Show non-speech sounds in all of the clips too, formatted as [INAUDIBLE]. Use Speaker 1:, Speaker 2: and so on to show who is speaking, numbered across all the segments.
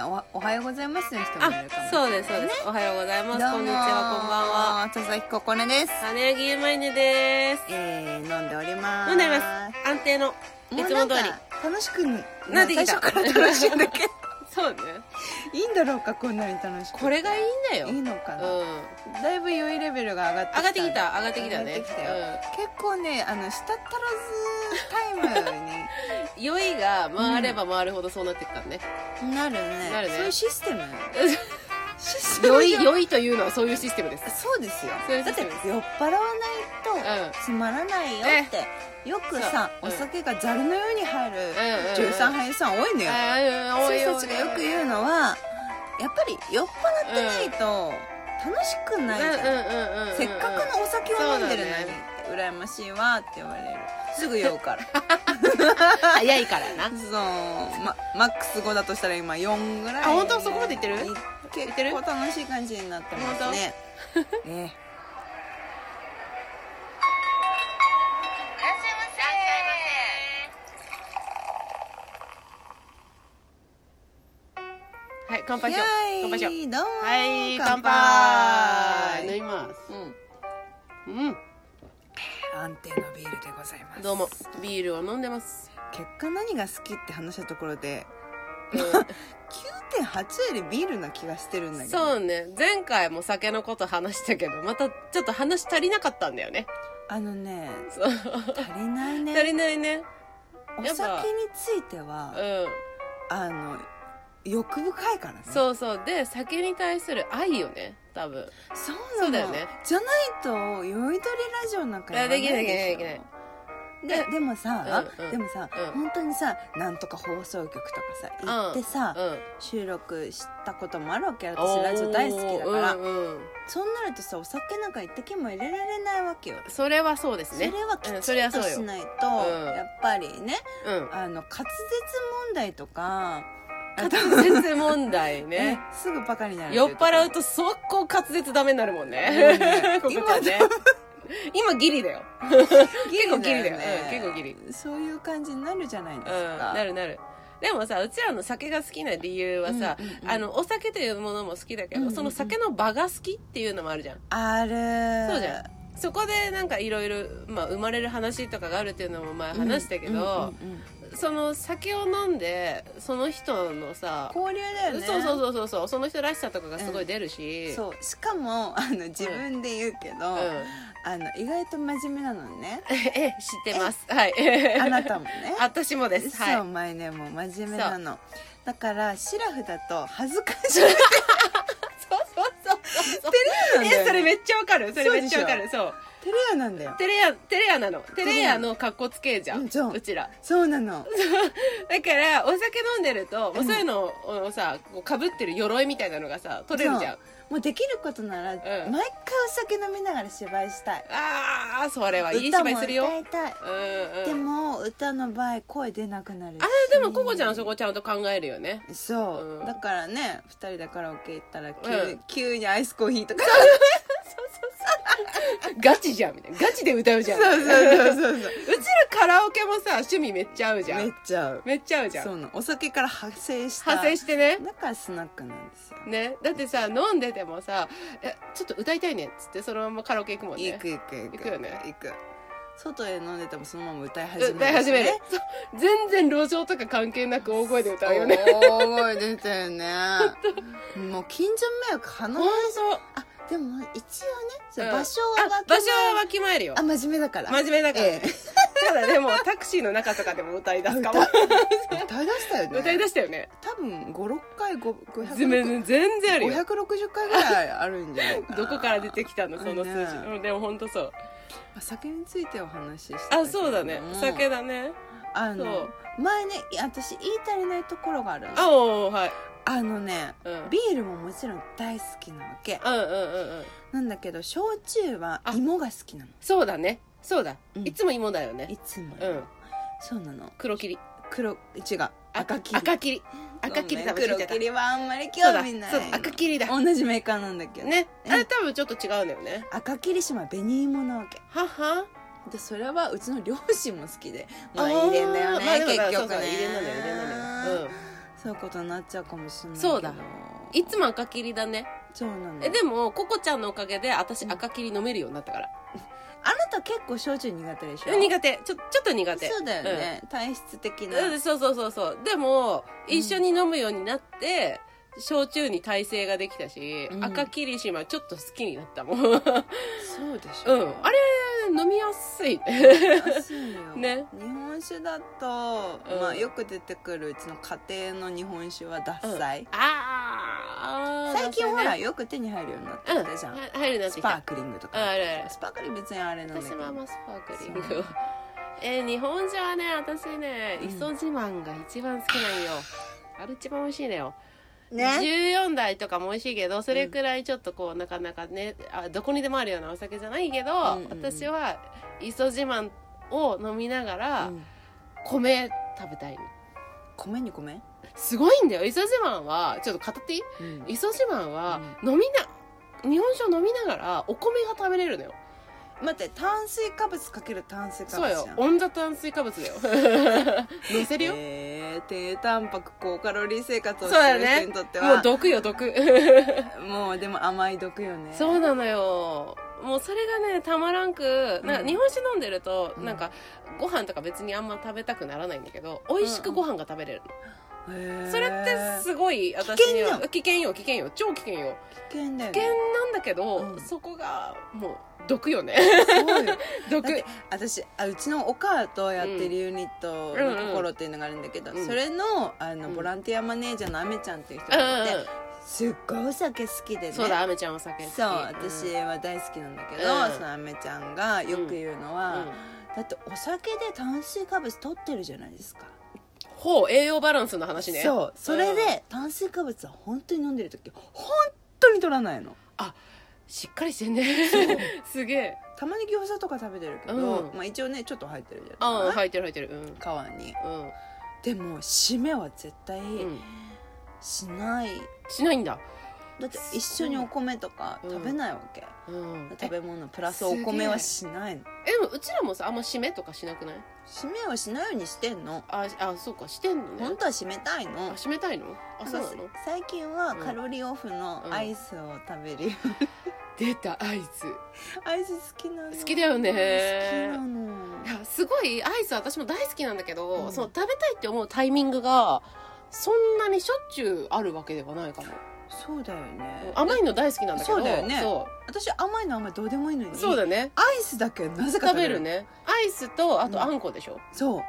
Speaker 1: あ
Speaker 2: ございますの人もいるかも
Speaker 1: そうですそうです、おはようございますこんにちはこんばんは
Speaker 2: は佐々木ここねです
Speaker 1: 金柳ゆまいねです
Speaker 2: えー、飲んでおります
Speaker 1: 飲んでおります安定のいつ
Speaker 2: も
Speaker 1: も
Speaker 2: う
Speaker 1: 通り
Speaker 2: なんか楽しく
Speaker 1: なってきた
Speaker 2: 最初から楽しいんだけど
Speaker 1: [LAUGHS] そうね
Speaker 2: いいんだろうかこんなに楽しく
Speaker 1: これがいいんだよ
Speaker 2: いいの
Speaker 1: う
Speaker 2: か
Speaker 1: ん、
Speaker 2: な、だいぶ酔いレベルが上がって
Speaker 1: 上がってきた上がってき
Speaker 2: 上が
Speaker 1: た
Speaker 2: って
Speaker 1: ね
Speaker 2: きたよ、結構ねあの舌足
Speaker 1: [LAUGHS]
Speaker 2: らずタイム
Speaker 1: うん酔いが回れば回るほどそうなってくからね、
Speaker 2: になるね
Speaker 1: なるね
Speaker 2: そういうシステ
Speaker 1: [LAUGHS]
Speaker 2: ムシステム
Speaker 1: 酔い酔いというのはそういうシステムです
Speaker 2: そうですよ
Speaker 1: そういう
Speaker 2: だ
Speaker 1: シ
Speaker 2: っ
Speaker 1: ス
Speaker 2: て
Speaker 1: テ
Speaker 2: 酔
Speaker 1: ム
Speaker 2: っ
Speaker 1: で
Speaker 2: 払わないとつまらないよってよくさ、
Speaker 1: そう
Speaker 2: お
Speaker 1: うん
Speaker 2: 酒がザルのように入る
Speaker 1: うんうん
Speaker 2: 女優さん俳優さん多いのよ、
Speaker 1: あ
Speaker 2: そういう人たちがよく言うのはやっぱり酔っ払ってないと楽しくないじゃん、
Speaker 1: うんうんうんうんうん
Speaker 2: せっかくのお酒を飲んでるのに、
Speaker 1: そう
Speaker 2: 羨ましいわって言われるすぐ酔
Speaker 1: [LAUGHS]
Speaker 2: うから
Speaker 1: 早いからな
Speaker 2: そう、ま、マックス5だとしたら今4ぐらい
Speaker 1: あ本当そこまでいってる
Speaker 2: 結
Speaker 1: てる
Speaker 2: 構楽しい感じになってますね [LAUGHS] ね
Speaker 1: はい乾杯しよう
Speaker 2: イエーイ
Speaker 1: 乾杯しよう
Speaker 2: どうも
Speaker 1: はい乾
Speaker 2: 乾
Speaker 1: 杯飲
Speaker 2: 杯
Speaker 1: みます
Speaker 2: うん
Speaker 1: うん
Speaker 2: 安定のビールでございます
Speaker 1: どうもビールを飲んでます
Speaker 2: 結果何が好きって話したところで
Speaker 1: うん
Speaker 2: 9.8よりビールな気がしてるんだけ
Speaker 1: [LAUGHS]
Speaker 2: ど
Speaker 1: そうね前回も酒のこと話したけどまたちょっと話足りなかったんだよね
Speaker 2: あのね
Speaker 1: そう
Speaker 2: 足りない
Speaker 1: 足
Speaker 2: ね
Speaker 1: りないね
Speaker 2: お
Speaker 1: やっぱ
Speaker 2: 酒については
Speaker 1: うん
Speaker 2: あの欲深いからね
Speaker 1: そうそうで酒に対する愛よね多分
Speaker 2: そう
Speaker 1: そうだ
Speaker 2: な
Speaker 1: よ
Speaker 2: の
Speaker 1: ね
Speaker 2: じゃないと「酔いどりラジオ」なんかやらないでしょ
Speaker 1: いやできないできないできない
Speaker 2: ででもさ、
Speaker 1: うんうん
Speaker 2: でもさ、
Speaker 1: うん
Speaker 2: 本当にさなんとか放送局とかさ
Speaker 1: ん
Speaker 2: 行ってさ、
Speaker 1: うん
Speaker 2: 収録したこともあるわけ私ラジオ大好きだから、
Speaker 1: おーうんうん
Speaker 2: そうなるとさお酒なんか一滴も入れられないわけよ、
Speaker 1: それはそうですね
Speaker 2: それはき
Speaker 1: うん
Speaker 2: ち
Speaker 1: それ
Speaker 2: っ
Speaker 1: は
Speaker 2: と
Speaker 1: そうよ
Speaker 2: しないと、
Speaker 1: うん
Speaker 2: やっぱりね
Speaker 1: うん
Speaker 2: あの滑舌問題とか
Speaker 1: 滑舌問題
Speaker 2: [LAUGHS]
Speaker 1: ね
Speaker 2: すぐバカになる
Speaker 1: 酔っ払
Speaker 2: う
Speaker 1: うと速攻滑舌ダメになるもん
Speaker 2: うんね
Speaker 1: [LAUGHS] ねここからね今ギリだよ結構ギリだよ、うん、結構ギリうん
Speaker 2: そういう感じになるじゃないですか、
Speaker 1: なるなるでもさうちらの酒が好きな理由はさ、
Speaker 2: うんうんうん
Speaker 1: あのお酒というものも好きだけど、
Speaker 2: うんうんうん
Speaker 1: その酒の場が好きっていうのもあるじゃん
Speaker 2: ある
Speaker 1: そうじゃんそこでなんかいろいろまあ生まれる話とかがあるっていうのも前話したけど、
Speaker 2: うんうんうんうん
Speaker 1: その酒を飲んでその人のさ、
Speaker 2: 交流だよね
Speaker 1: そうそうそうそうそうその人らしさとかがすごい出るし、
Speaker 2: そうしかもあの自分で言うけど、
Speaker 1: うん
Speaker 2: あの意外と真面目なのね
Speaker 1: え知ってますはい
Speaker 2: あなたもね
Speaker 1: [LAUGHS] 私もですはい
Speaker 2: そう前ねもう真面目なのだからシラフだと恥ずかしい
Speaker 1: そうそうそうそう
Speaker 2: 照れ屋なんだよ、ね、
Speaker 1: えそれめっちゃわかるそれめっちゃわかるそう
Speaker 2: 照れ屋なん
Speaker 1: [LAUGHS]
Speaker 2: だよ
Speaker 1: テレヤテレヤなのテ
Speaker 2: レ
Speaker 1: レ
Speaker 2: ヤ
Speaker 1: ヤの格好つけじゃ
Speaker 2: うん
Speaker 1: ん
Speaker 2: じゃん
Speaker 1: うちら
Speaker 2: そうなの
Speaker 1: だからお酒飲んでるともうそういうのをさかぶってる鎧みたいなのがさ取れるじゃん
Speaker 2: そもうできることなら、
Speaker 1: ん
Speaker 2: 毎回お酒飲みながら芝居したい
Speaker 1: ああそれはいい芝居するよ
Speaker 2: 歌も歌いたい、
Speaker 1: うん
Speaker 2: で
Speaker 1: うん
Speaker 2: も歌の場合声出なくなるし
Speaker 1: あでもココちゃんそこちゃんと考えるよね
Speaker 2: そう、
Speaker 1: うん
Speaker 2: だからね2人でカラオケ行ったら急,、
Speaker 1: うん
Speaker 2: 急にアイスコーヒーとか
Speaker 1: ガチじゃんみたいなガチで歌うじゃん
Speaker 2: そうそうそうそうそう
Speaker 1: うちらカラオケもさ趣味めっちゃ合うじゃ
Speaker 2: [LAUGHS] めっ
Speaker 1: ん
Speaker 2: ちゃ合う
Speaker 1: めっちゃ合うじゃ
Speaker 2: そうんなのお酒から派生した
Speaker 1: 派生してね
Speaker 2: だからスナックなんですよ
Speaker 1: ねだってさ飲んでてもさ「えちょっと歌いたいね」っつってそのままカラオケ行くもんね
Speaker 2: 行く行く行く
Speaker 1: 行くよね
Speaker 2: 行く外で飲んでてもそのまま歌い始める、
Speaker 1: 歌い始めるそう全然路上とか関係なく大声で歌うよね
Speaker 2: 大声出てるねもう近所迷惑
Speaker 1: 本
Speaker 2: 話
Speaker 1: 当
Speaker 2: あでも一応ねそれ
Speaker 1: うん
Speaker 2: 場所
Speaker 1: あ
Speaker 2: は
Speaker 1: 場所はわきまえるよ
Speaker 2: あ真面目だから
Speaker 1: 真面目だから、
Speaker 2: ええ
Speaker 1: ただでもタクシーの中とかでも歌い出すかも
Speaker 2: 歌い出したよね
Speaker 1: 歌い出したよね
Speaker 2: 多分56回
Speaker 1: 全
Speaker 2: 560
Speaker 1: 然全然あるよ
Speaker 2: 回ぐらいあるんじゃないかな
Speaker 1: どこから出てきたのその数字、
Speaker 2: ねえ
Speaker 1: うんでも本当そう
Speaker 2: まあ酒についてお話ししてたけど
Speaker 1: あそうだね
Speaker 2: も
Speaker 1: 酒だね
Speaker 2: あ
Speaker 1: そ
Speaker 2: の
Speaker 1: う
Speaker 2: 前ねい私言い足りないところがあるの
Speaker 1: あおうはい、
Speaker 2: あのね
Speaker 1: うん、
Speaker 2: ビールももちろん大好きなわけ
Speaker 1: うんうんうんうん
Speaker 2: なんだけど焼酎は
Speaker 1: あ
Speaker 2: 芋が好きなの
Speaker 1: そうだねそうだ、
Speaker 2: うん
Speaker 1: いつも芋だよね
Speaker 2: いつも、
Speaker 1: うん
Speaker 2: そうなの
Speaker 1: 黒霧
Speaker 2: 黒違う赤切り
Speaker 1: 赤霧赤霧
Speaker 2: そ
Speaker 1: 食べち
Speaker 2: うね
Speaker 1: ゃっ
Speaker 2: 黒
Speaker 1: た
Speaker 2: 切りはあんまり
Speaker 1: そう
Speaker 2: 興
Speaker 1: だ
Speaker 2: 味ない
Speaker 1: そうだ赤霧だ
Speaker 2: 同じメーカーなんだけど
Speaker 1: ね
Speaker 2: うん
Speaker 1: あれ多分ちょっと違うんだよね
Speaker 2: 赤霧島は紅芋なわけ
Speaker 1: はは
Speaker 2: でそれはうちの両親も好きでまあ入れんだ
Speaker 1: あ
Speaker 2: よね、
Speaker 1: ーまあでも
Speaker 2: 結
Speaker 1: そう
Speaker 2: 局
Speaker 1: そう
Speaker 2: ね
Speaker 1: 入れんなんだよ入れんなんだようん
Speaker 2: そういうことになっちゃうかもしれないけど
Speaker 1: そうだいつも赤切りだね。
Speaker 2: そうなんだ
Speaker 1: え、
Speaker 2: よ
Speaker 1: でも、ココちゃんのおかげで、私赤切り飲めるようになったから。
Speaker 2: あなた結構焼酎苦手でしょ
Speaker 1: 苦手。ちょ、ちょっと苦手。
Speaker 2: そうだよね、体質的
Speaker 1: うん。
Speaker 2: な、
Speaker 1: うんそうそうそうそう。でも、
Speaker 2: うん
Speaker 1: 一緒に飲むようになって、焼酎に耐性ができたし、
Speaker 2: うん
Speaker 1: 赤霧島ちょっと好きになったもん。 [LAUGHS] うん。あ
Speaker 2: そうでしょ、
Speaker 1: れ、飲みやすい。
Speaker 2: 安いよ
Speaker 1: ね
Speaker 2: 日本酒だと、
Speaker 1: うん
Speaker 2: まあ、よく出てくるうちの家庭の日本酒は獺祭、
Speaker 1: ああ
Speaker 2: 最近ほら、
Speaker 1: う
Speaker 2: よく手に入るようになってきたじゃん、
Speaker 1: ん。入るなって
Speaker 2: ス
Speaker 1: き
Speaker 2: パ
Speaker 1: た
Speaker 2: ー。クリングと
Speaker 1: うん
Speaker 2: か
Speaker 1: あるある
Speaker 2: スパークリング別にあれなんだけ
Speaker 1: 私
Speaker 2: ど
Speaker 1: はあんまスパークリン
Speaker 2: そ
Speaker 1: グを
Speaker 2: う
Speaker 1: えー日本酒はね私ね
Speaker 2: うん
Speaker 1: 磯自慢が一番好きなんよ、あれ一番美味しいのよ、
Speaker 2: ね
Speaker 1: 14代とかも美味しいけどそれくらいちょっとこうなかなかねあどこにでもあるようなお酒じゃないけど、
Speaker 2: んうんうん
Speaker 1: 私は磯自慢を飲みながら
Speaker 2: うん
Speaker 1: 米食べたいの
Speaker 2: 米に米、
Speaker 1: すごいんだよ磯自慢はちょっと語っていい磯自慢は飲みな日本酒を飲みながらお米が食べれるのよ
Speaker 2: 待って炭水化物かける炭水化
Speaker 1: そう
Speaker 2: 物じゃ
Speaker 1: よ
Speaker 2: ん
Speaker 1: オンザ炭水化物だ
Speaker 2: [LAUGHS]
Speaker 1: よ乗せるよ
Speaker 2: えー、低タンパク高カロリー生活を
Speaker 1: そう
Speaker 2: し
Speaker 1: だよ
Speaker 2: てる人
Speaker 1: ね
Speaker 2: にとって
Speaker 1: もう
Speaker 2: は
Speaker 1: 毒よ毒
Speaker 2: もうでも甘い毒よね
Speaker 1: そうなのよもうそれがねたまらんくなん
Speaker 2: う
Speaker 1: か
Speaker 2: ん
Speaker 1: 日本酒飲んでると、
Speaker 2: うん
Speaker 1: なんかご飯とか別にあんま食べたくならないんだけど美味しくご飯が食べれるの、
Speaker 2: へー
Speaker 1: それってすごい私には危険よ危険よ超危険よ
Speaker 2: 危険だよ
Speaker 1: 危険
Speaker 2: ね
Speaker 1: なんだけど、
Speaker 2: うん
Speaker 1: そこがもう毒よ
Speaker 2: [LAUGHS]
Speaker 1: ね
Speaker 2: そうよ
Speaker 1: 毒 [LAUGHS]
Speaker 2: だって私あうちのお母とやってるユニット
Speaker 1: うんうんうん
Speaker 2: の心っていうのがあるんだけど、
Speaker 1: うん
Speaker 2: それのあ
Speaker 1: う
Speaker 2: の
Speaker 1: ん
Speaker 2: ボランティアマネージャーのあめちゃんっていう人
Speaker 1: うん
Speaker 2: がいて、
Speaker 1: うん
Speaker 2: すっごいお酒好きでね
Speaker 1: そうだあめちゃんお酒好き
Speaker 2: そう私は大好きなんだけど、
Speaker 1: うん
Speaker 2: そのあめちゃんがよく言うの
Speaker 1: うん
Speaker 2: は、
Speaker 1: うん
Speaker 2: だってお酒で炭水化物取ってるじゃないですか
Speaker 1: ほう栄養バランスの話ね
Speaker 2: そうそれ
Speaker 1: うん
Speaker 2: で炭水化物は本当に飲んでる時本当に取らないの
Speaker 1: しっかりしてんね [LAUGHS] すげえ
Speaker 2: たまに餃子とか食べてるけど、
Speaker 1: うん
Speaker 2: まあ、一応ねちょっと入ってるじゃ
Speaker 1: あ
Speaker 2: な
Speaker 1: あ
Speaker 2: い
Speaker 1: 入ってる入ってるうん
Speaker 2: 皮に
Speaker 1: うん
Speaker 2: でも締めは絶対
Speaker 1: うん
Speaker 2: しない、
Speaker 1: しないんだ、
Speaker 2: だって一緒にお米とか
Speaker 1: うん
Speaker 2: 食べないわけ、
Speaker 1: うん、え
Speaker 2: 食べ物プラス
Speaker 1: す
Speaker 2: お
Speaker 1: げえ
Speaker 2: 米はしないの
Speaker 1: えでもうちらもさあんま締めとかしなくない
Speaker 2: 締めはしないようにしてんの
Speaker 1: ああそうかしてんのね
Speaker 2: 本当は締めたい
Speaker 1: あ
Speaker 2: の
Speaker 1: 締めたいのあそうな
Speaker 2: なん
Speaker 1: の
Speaker 2: か最近はカロリーオフのアイスを食べる [LAUGHS] よ、
Speaker 1: 出たアイス
Speaker 2: アイス好きなの
Speaker 1: 好きだよね
Speaker 2: 好きなの
Speaker 1: いやすごいアイス私も大好きなんだけど、
Speaker 2: うん
Speaker 1: その食べたいって思うタイミングがそんなにしょっちゅうあるわけではないかも
Speaker 2: そうだよね
Speaker 1: 甘いの大好きなんだけど
Speaker 2: そうだよね
Speaker 1: そ
Speaker 2: 私甘いのあんまりどうでもいいの
Speaker 1: う
Speaker 2: に
Speaker 1: そうだね
Speaker 2: アイスだけなぜ
Speaker 1: 食
Speaker 2: か食
Speaker 1: べ
Speaker 2: べる
Speaker 1: るねアイスとあとあんこでしょ、
Speaker 2: そう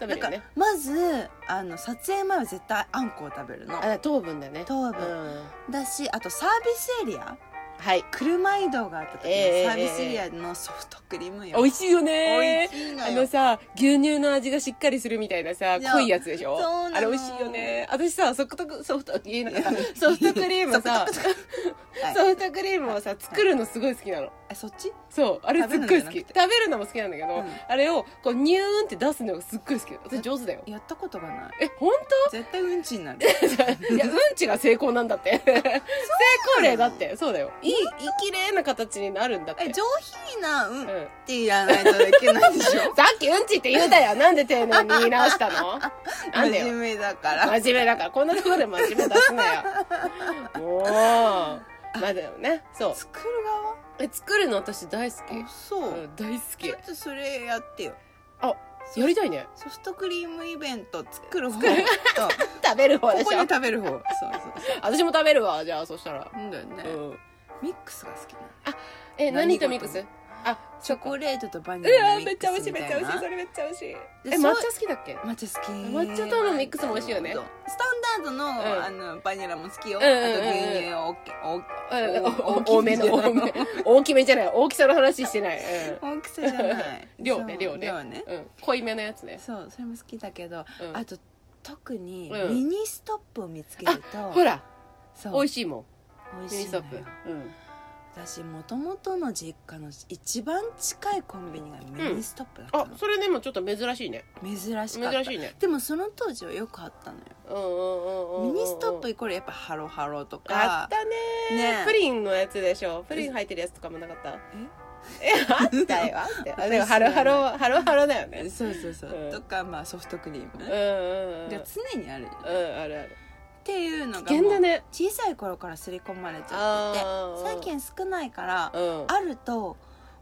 Speaker 1: 食べ
Speaker 2: だ
Speaker 1: る
Speaker 2: か
Speaker 1: よ
Speaker 2: ら
Speaker 1: ね
Speaker 2: まずあの撮影前は絶対あんこを食べるの
Speaker 1: あ糖分だね
Speaker 2: 糖
Speaker 1: う
Speaker 2: 分
Speaker 1: ん
Speaker 2: だしあとサービスエリア
Speaker 1: はい
Speaker 2: 車移動があった時の
Speaker 1: ええ
Speaker 2: サービスエリアのソフトクリームよ、
Speaker 1: 美味しいよ
Speaker 2: 美
Speaker 1: ね
Speaker 2: 味しいの
Speaker 1: あ
Speaker 2: よ
Speaker 1: のさ牛乳の味がしっかりするみたいなさ
Speaker 2: いや
Speaker 1: 濃いやつでしょ
Speaker 2: そうな
Speaker 1: あれ
Speaker 2: の
Speaker 1: 美味しいよね私さソフトソフト言えなかったソフトクリームさ
Speaker 2: ソフトクはい
Speaker 1: ソフトクリームをさ作るのすごい好きなの
Speaker 2: えそっち
Speaker 1: そうあれすっごい好き
Speaker 2: 食べるのじゃなく
Speaker 1: 食
Speaker 2: て
Speaker 1: べるのも好きなんだけど
Speaker 2: うん
Speaker 1: あれをこうニューンって出すのがすっごい好きなの私上手だよ
Speaker 2: やったことがない
Speaker 1: え本
Speaker 2: 絶対うんちにな
Speaker 1: [LAUGHS]
Speaker 2: る [LAUGHS]
Speaker 1: 当いやうんちが成功なんだって成功例だってそうだよいいいい綺麗な形になるんだって
Speaker 2: え上品なうん
Speaker 1: う
Speaker 2: っ
Speaker 1: ん
Speaker 2: てやらないといけないでしょ
Speaker 1: さっきうんちって言うたやんなんで丁寧に言い直したの [LAUGHS] なんで
Speaker 2: [LAUGHS] 真
Speaker 1: よ
Speaker 2: 面目だから
Speaker 1: 真面目だからこんなところで真面目出すなよもうまあでもねそう
Speaker 2: 作る側
Speaker 1: え作るの私大好き、
Speaker 2: あそう、
Speaker 1: うん大好
Speaker 2: ちょっとそれやってよ
Speaker 1: きやりたいね
Speaker 2: ソフトクリームイベント作る方とこ
Speaker 1: 食べる
Speaker 2: こ
Speaker 1: 方で
Speaker 2: で
Speaker 1: しょ
Speaker 2: 食べる方そうそうそ
Speaker 1: 私も食べるわじゃあそしたら、
Speaker 2: うなんだよね、
Speaker 1: うん、
Speaker 2: ミックスが好きなの
Speaker 1: え
Speaker 2: 何
Speaker 1: 何とミックスあ
Speaker 2: チョコレートとバニ
Speaker 1: う
Speaker 2: ラ
Speaker 1: わ
Speaker 2: のミ
Speaker 1: めっ
Speaker 2: ッ
Speaker 1: ちゃ美
Speaker 2: ク
Speaker 1: 味し
Speaker 2: ス
Speaker 1: い
Speaker 2: み
Speaker 1: めったちゃ
Speaker 2: い
Speaker 1: 美味しい
Speaker 2: な
Speaker 1: それめっちゃ美味しいえ
Speaker 2: で
Speaker 1: 抹
Speaker 2: そ
Speaker 1: 茶
Speaker 2: う
Speaker 1: 好きだっけ
Speaker 2: 抹茶好き
Speaker 1: 抹茶とのミックスも美味しいよね
Speaker 2: そうスタンダードの,、あのバニラも好きよ、
Speaker 1: うんうんうんうん
Speaker 2: あと牛乳を大き
Speaker 1: うんお
Speaker 2: お
Speaker 1: 多めの多め大きめじゃない大きさの話してない、
Speaker 2: [LAUGHS] 大きさじゃない
Speaker 1: うん、量
Speaker 2: そ
Speaker 1: ね
Speaker 2: う
Speaker 1: 量ね
Speaker 2: 量ね
Speaker 1: うん、濃いめのやつね、
Speaker 2: そうそれも好きだけど、
Speaker 1: うん、
Speaker 2: あと特に
Speaker 1: うん
Speaker 2: ミニストップを見つけると、
Speaker 1: ほら
Speaker 2: そう
Speaker 1: 美味しいもん
Speaker 2: 美味
Speaker 1: ミ
Speaker 2: し
Speaker 1: ニ
Speaker 2: い
Speaker 1: ス
Speaker 2: の
Speaker 1: ト
Speaker 2: よ
Speaker 1: ップ、うん、
Speaker 2: 私もともとの実家の一番近いコンビニがミニストップだった
Speaker 1: あ
Speaker 2: の、
Speaker 1: それでもちょっと珍しいね
Speaker 2: 珍しかっ
Speaker 1: 珍
Speaker 2: た
Speaker 1: しいね
Speaker 2: でもその当時はよくあったのよミ
Speaker 1: ミ
Speaker 2: ニストップイコールやっぱハロハロと
Speaker 1: あ
Speaker 2: か
Speaker 1: ったね
Speaker 2: ね
Speaker 1: プリンのやつでしょプリン入ってるやつとかもなかったえあった [LAUGHS] よあったよ
Speaker 2: 私
Speaker 1: でもハロハロハロハロだよね
Speaker 2: [LAUGHS] そうそうそう、
Speaker 1: うん
Speaker 2: とかまあソフトクリーム、
Speaker 1: うんうんうんうん
Speaker 2: が常にあるよ
Speaker 1: あるある
Speaker 2: っていうのが
Speaker 1: 危険だね
Speaker 2: もう小さい頃から刷り込まれちゃってて最近少ないから
Speaker 1: うん
Speaker 2: あると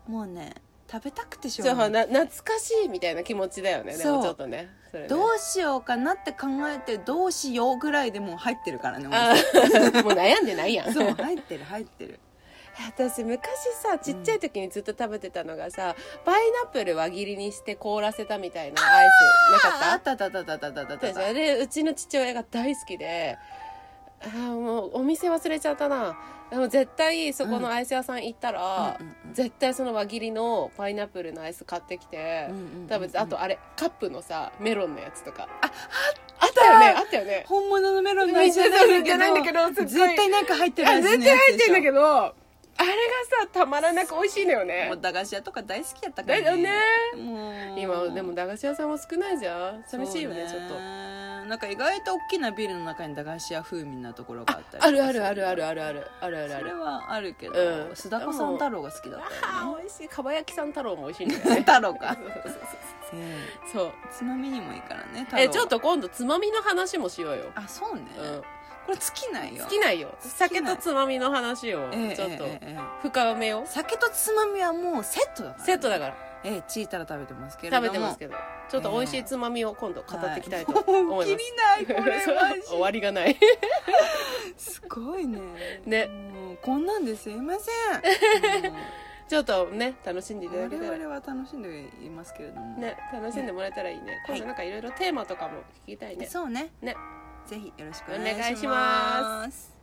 Speaker 2: もうね食べたくてしょ
Speaker 1: そうう
Speaker 2: がない
Speaker 1: な懐かしいみたいな気持ちだよねで
Speaker 2: そ
Speaker 1: も
Speaker 2: う
Speaker 1: ちょっとねそれね
Speaker 2: どうしようかなって考えてどうしようぐらいでもう入ってるからね
Speaker 1: あー [LAUGHS] もう悩んでないやん
Speaker 2: そう入ってる入ってる
Speaker 1: 私昔さちっちゃい時にずっと食べてたのがさ、パイナップル輪切りにして凍らせたみたいなアイスなかった
Speaker 2: あ
Speaker 1: あ
Speaker 2: ったあったあったあったあったあっ
Speaker 1: った
Speaker 2: た
Speaker 1: じゃんあれうちの父親が大好きであーもうお店忘れちゃったなでも絶対そこのアイス屋さん行ったら、
Speaker 2: うんうんうん
Speaker 1: 絶対その輪切りのパイナップルのアイス買ってきて、
Speaker 2: うんうんうんうん
Speaker 1: 食べてあとあれカップのさメロンのやつとかああったよねあったよね
Speaker 2: 本物のメロンの味じゃないん
Speaker 1: じゃないん
Speaker 2: だ
Speaker 1: だ
Speaker 2: け
Speaker 1: け
Speaker 2: ど
Speaker 1: どすっごい
Speaker 2: 絶対なんか入ってる
Speaker 1: あ
Speaker 2: 味
Speaker 1: 絶対入ってんだけどあれがさたまらなく美味しいのよね
Speaker 2: もう駄菓子屋とか大好きやったか
Speaker 1: だ
Speaker 2: ら
Speaker 1: よね
Speaker 2: もう
Speaker 1: [LAUGHS] 今でも駄菓子屋さんも少ないじゃん寂しいよねちょっと
Speaker 2: なんか意外と大きなビルの中に駄菓子屋風味なところがあったり
Speaker 1: あるあるあるあ
Speaker 2: る
Speaker 1: るあるあるあるあるあ
Speaker 2: それ
Speaker 1: る
Speaker 2: はあるけど
Speaker 1: うん
Speaker 2: 須田子さん太郎が好
Speaker 1: [LAUGHS]
Speaker 2: きだっ
Speaker 1: あー美味しいかば焼きさん太郎も美味しいんだよ
Speaker 2: たよ
Speaker 1: [LAUGHS] ね
Speaker 2: ね [LAUGHS] 太郎かえ
Speaker 1: そう
Speaker 2: えつまみにもいいからね太郎
Speaker 1: えちょっと今度つまみの話もしようよ、
Speaker 2: あそうね
Speaker 1: うん、
Speaker 2: これ尽きないよ
Speaker 1: 好きないよ酒とつまみの話を
Speaker 2: ええ
Speaker 1: ちょっと
Speaker 2: ええええ
Speaker 1: 深めよう
Speaker 2: 酒とつまみはもうセットだからね
Speaker 1: セットだから
Speaker 2: ええチータラ食べてますけれど
Speaker 1: 食
Speaker 2: も
Speaker 1: べてますけどちょっと美味しいつまみを今度語っていきたいと思
Speaker 2: はいいも
Speaker 1: ま
Speaker 2: う
Speaker 1: す、
Speaker 2: 切りないこ
Speaker 1: [LAUGHS]
Speaker 2: れマジ
Speaker 1: 終わりがない
Speaker 2: すごいね
Speaker 1: ね
Speaker 2: もうこんなんですいま
Speaker 1: [LAUGHS]
Speaker 2: せんもう
Speaker 1: ちょっとね楽しんでいただけたら
Speaker 2: 我々は楽しんでいますけれども、
Speaker 1: ね楽しんでもらえたらいいね今
Speaker 2: はい
Speaker 1: 度なんかいろいろテーマとかも聞きたいね
Speaker 2: そうね
Speaker 1: ね
Speaker 2: ぜひよろしくお
Speaker 1: お
Speaker 2: 願いします
Speaker 1: 願いします